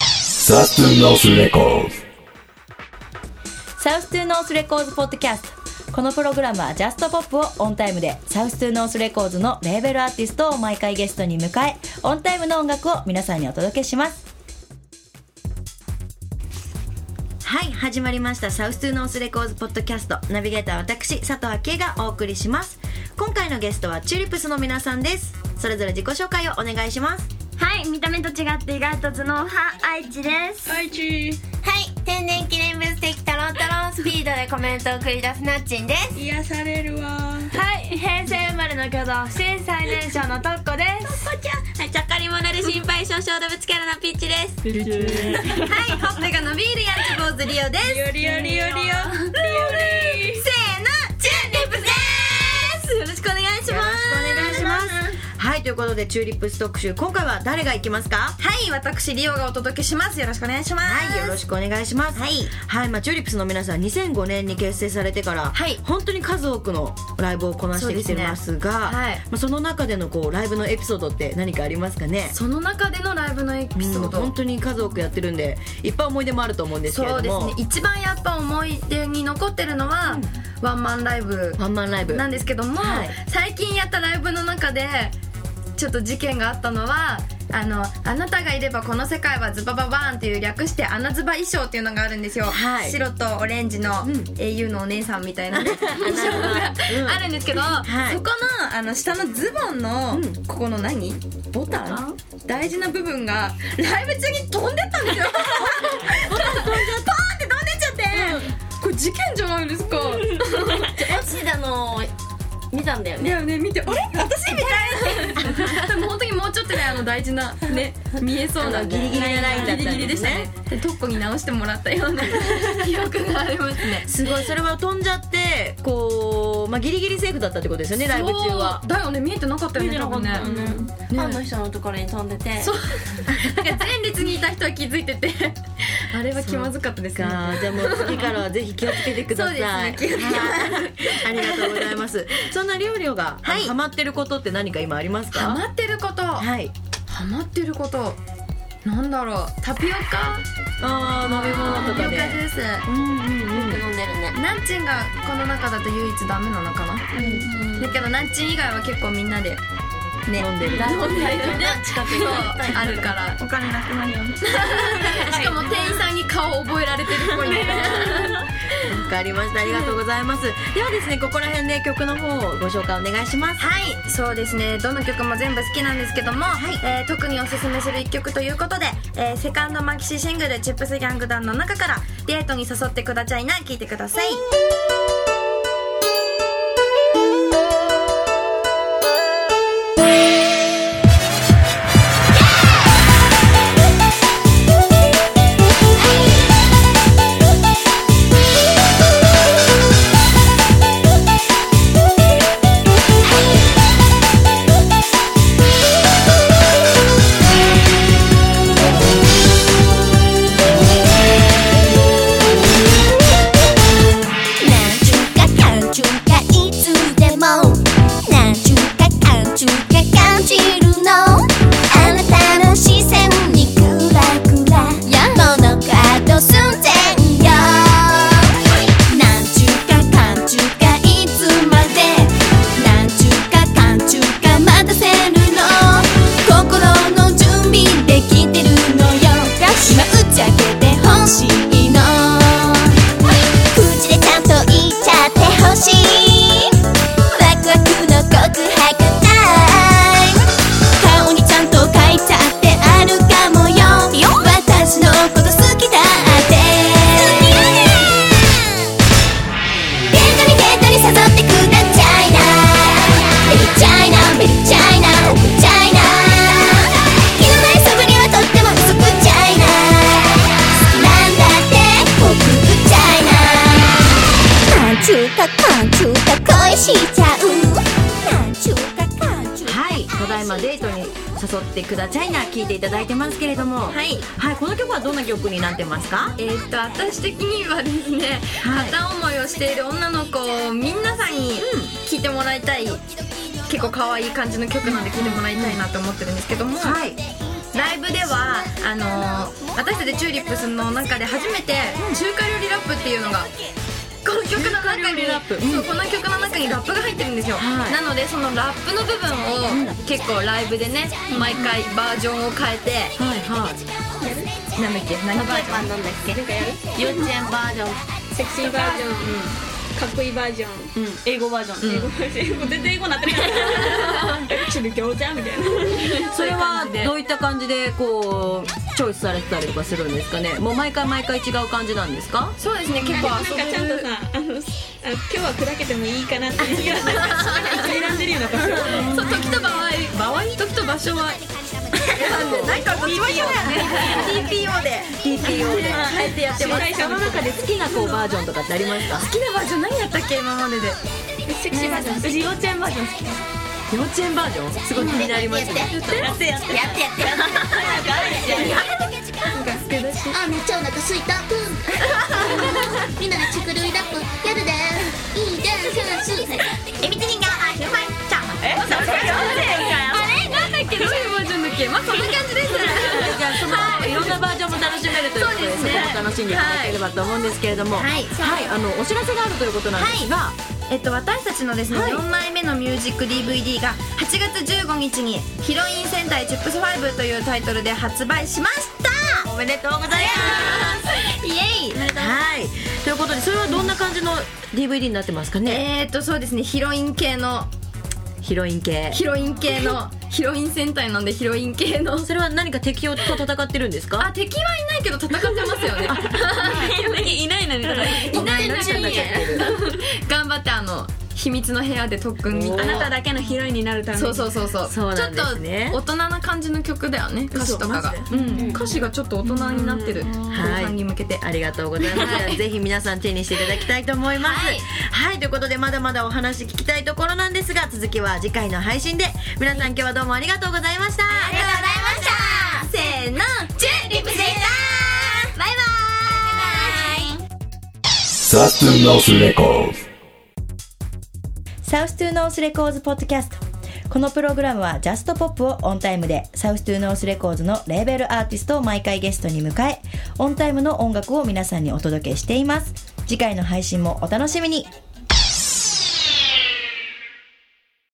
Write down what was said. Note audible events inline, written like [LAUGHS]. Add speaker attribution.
Speaker 1: サストゥノースレコー
Speaker 2: サウストゥーノースレコーズポッドキャストこのプログラムはジャストポップをオンタイムでサウストゥーノースレコーズのレーベルアーティストを毎回ゲストに迎えオンタイムの音楽を皆さんにお届けしますはい始まりましたサウストゥーノースレコーズポッドキャストナビゲーター私佐藤明恵がお送りします今回のゲストはチューリップスの皆さんですそれぞれ自己紹介をお願いします
Speaker 3: はい、見た目と違って意外と頭脳派愛知です。
Speaker 4: 愛知
Speaker 3: はい、天然記念物的タロンタロンスピードでコメントを繰り出すナッチンです。
Speaker 4: 癒されるわ
Speaker 3: はい、平成生まれの挙動不審最年少のトッコです。トッコちゃん、はい、ちゃっかり者で心配少々動物キャラのピッチです。
Speaker 4: よりよりよ
Speaker 3: はい、ほっぺが伸びるやつ坊主リオです。
Speaker 4: りよりより
Speaker 3: せーの、チューリップです。よろしくお願いします。よろしくお願いします。
Speaker 2: はいということでチューリップス特集今回は誰が行きますか
Speaker 3: はい、私リオがお届けします。よろしくお願いします。
Speaker 2: はい、よろしくお願いします。はい、まあ、チューリップスの皆さん、2005年に結成されてから、
Speaker 3: はい
Speaker 2: 本当に数多くのライブをこなしてきてますが、
Speaker 3: そうですねはい
Speaker 2: まあ、その中でのこうライブのエピソードって何かありますかね。
Speaker 3: その中でのライブのエピソー
Speaker 2: うん
Speaker 3: ド、
Speaker 2: 本当に数多くやってるんで、いっぱい思い出もあると思うんですけれど
Speaker 3: そう
Speaker 2: も、
Speaker 3: ですね一番やっぱ思い出に残ってるのは、ワンマンライブ
Speaker 2: ワンマンライブ。
Speaker 3: なんですけども、
Speaker 2: はい
Speaker 3: 最近やったライブの中でちょっと事件があったのはあの「あなたがいればこの世界はズバババーン」っていう略して「アナズバ衣装」っていうのがあるんですよ、
Speaker 2: はい
Speaker 3: 白とオレンジの
Speaker 2: ん
Speaker 3: au のお姉さんみたいな衣装が
Speaker 2: うん
Speaker 3: あるんですけど、
Speaker 2: い
Speaker 3: そこのあの下のズボン
Speaker 2: う
Speaker 3: の、
Speaker 2: ん
Speaker 3: ここの何ボタン大事な部分がライブ中に飛んでったんですよボタン飛んじゃったーンって飛んでっちゃって、これ事件じゃないですか
Speaker 5: シダの見たんだよね
Speaker 3: だよね見てあれ私みたいなでも本当にもうちょっとねあの大事な [LAUGHS] ね見えそうなギリギリのラインだったギリギリでしたねでトッコに直してもらったような記憶がありますね
Speaker 2: すごい、それは飛んじゃって、こう、まあ、ギリギリセーフだったってことですよね、ライブ中は
Speaker 3: そ。うだよね見えてなかったよね多分ね
Speaker 5: ファンの人のところに飛んでて
Speaker 3: そうなんか前列にいた人は気づいてて [LAUGHS] あれは気まずかったですね
Speaker 2: かじゃあもう次からはぜひ気をつけてください。
Speaker 3: そうですね気をつけ
Speaker 2: はいありがとうございます。そんなりょうりょうが、あのハマってることって何か今ありますか？
Speaker 3: ハマってることハ
Speaker 2: はい。
Speaker 3: マってることなんだろうタピオカ
Speaker 2: ああ飲み物とか
Speaker 3: タ
Speaker 2: で
Speaker 3: ピオ。カジュース
Speaker 2: うんうんうん。
Speaker 5: 飲んでるね
Speaker 3: ナンチンがこの中だと唯一ダメなのかなだけどナンチン以外は結構みんなでね
Speaker 2: 飲んでる。
Speaker 3: 近くにあるからお金なくなるよ [LAUGHS] しかも店員さんに顔覚えられてるっぽいね
Speaker 2: わかりました。ありがとうございます。ではですねここら辺で曲の方をご紹介お願いします。
Speaker 3: はいそうですねどの曲も全部好きなんですけども、えー特におすすめする一曲ということで、えーセカンドマキシシングル「チップスギャング団」の中から「デートに誘ってくだちゃいな」聴いてください
Speaker 6: なんちゅうかかんちゅうかいつでもなんちゅうかかんちゅうか感じるのあなたの視線にクラクラ物事寸前よなんちゅうかかんちゅうかいつまでなんちゅうかかんちゅうか待たせるの心の準備できてるのよ今打ち上げてほしいの口でちゃんと言っちゃってほしいワクワクの告白タイム顔にちゃんと書いちゃってあるかもよ私のこと好きだってデートにデートに誘ってくだちゃいなベリちゃいなベリちゃいなおぶちゃいな気のないそぶりはとっても嘘くちゃいな好きなんだって僕くちゃいななんちゅうかかんちゅうか恋しちゃうなんちゅうかかんちゅうか
Speaker 2: はい。ただいまデートに誘ってくだちゃいな聞いていただいてますけれども。はい。
Speaker 3: い
Speaker 2: この曲はどんな曲になってますか？
Speaker 3: えーっと私的にはですね、
Speaker 2: はい
Speaker 3: 片思いをしている女の子をみんなさんに聴いてもらいたい、結構可愛い感じの曲なんで聴いてもらいたいなと思ってるんですけども、
Speaker 2: はい。
Speaker 3: ライブではあのー私たちチューリップスの中で初めて中華料理ラップっていうのがこの曲の中にそうこの曲の中にラップが入ってるんですよ、
Speaker 2: はい
Speaker 3: なのでそのラップの部分を結構ライブでね毎回バージョンを変えて
Speaker 2: はいはい
Speaker 3: 何だっけ何バージョン
Speaker 5: なんだっけ幼稚園バージョン
Speaker 4: セクシーバージョン、かっこいいバージョン、英語バージョン、英語バージョン英語全然英語になってるからえちょっと餃子みたいな
Speaker 2: それはどういった感じでこうチョイスされてたりとかするんですかねもう毎回毎回違う感じなんですか
Speaker 3: そうですね結構
Speaker 4: なんか
Speaker 3: 遊
Speaker 4: ちゃん
Speaker 3: べ
Speaker 4: と
Speaker 3: る
Speaker 4: さあのあの今日は砕けてもいいかなっていうようななんか選んでるような場所
Speaker 3: そう時と場合場合時と場所はなんかこっちも一緒だよね TPO で
Speaker 2: TPO で
Speaker 3: 変えてやってます
Speaker 2: その中で好きなこうバージョンとかってありますか
Speaker 3: 好きなバージョン何やったっけ今までで
Speaker 4: セクシーバージョンうち幼稚園バージョン好き
Speaker 2: 幼稚園バージョンすごい気になりますね
Speaker 4: やってやって
Speaker 6: やってやってあめっちゃお腹すいたうんみんなでチクルイラップやるでいいで楽しいエミティンがあひまいちゃん
Speaker 4: えそれ
Speaker 3: あ
Speaker 6: [LAUGHS]
Speaker 3: れなんだっけどういうバージョンだっけまあそんな感じです
Speaker 2: じゃあそのいろんなバージョンも楽しめるということで
Speaker 3: そうです
Speaker 2: そ
Speaker 3: ね
Speaker 2: れを楽しんでいただければと思うんですけれどもはい、あのお知らせがあるということなんですが、
Speaker 7: えっと、私たちのですね、
Speaker 2: はい
Speaker 7: 4枚目のミュージック DVD が8月15日に「ヒロイン戦隊チップス5」というタイトルで発売しましたおめでとうございますイエイ
Speaker 2: はい、ということでそれはどんな感じの DVD になってますかね、
Speaker 7: えー、っとそうですねヒロイン系の
Speaker 2: ヒロイン系
Speaker 3: ヒロイン系のヒロイン戦隊なんでヒロイン系の
Speaker 2: それは何か敵をと戦ってるんですか
Speaker 3: あ敵はいないけど戦ってますよね [LAUGHS]
Speaker 4: いないのに
Speaker 3: いないのに頑張ってあの秘密の部屋で特訓みた
Speaker 4: あ
Speaker 3: い
Speaker 4: な
Speaker 3: な
Speaker 4: ただけのヒロインになるために
Speaker 3: そうそうそうそう
Speaker 2: そうなんですね
Speaker 3: ちょっと大人な感じの曲だよね歌詞とかが、
Speaker 2: 嘘
Speaker 3: うん、歌詞がちょっと大人になってる後
Speaker 2: はい
Speaker 3: 半に向けて、
Speaker 2: ありがとうございます、 [LAUGHS] ぜひ皆さん手にしていただきたいと思いますはい、ということでまだまだお話聞きたいところなんですが続きは次回の配信で皆さん今日はどうもありがとうございました
Speaker 6: ありがとうござ
Speaker 7: せー
Speaker 6: いました
Speaker 7: のチューリップでしたバイバイ
Speaker 1: サスノスレコード
Speaker 2: サウストゥーノースレコーズポッドキャストこのプログラムはジャストポップをオンタイムでサウストゥーノースレコーズのレーベルアーティストを毎回ゲストに迎えオンタイムの音楽を皆さんにお届けしています次回の配信もお楽しみに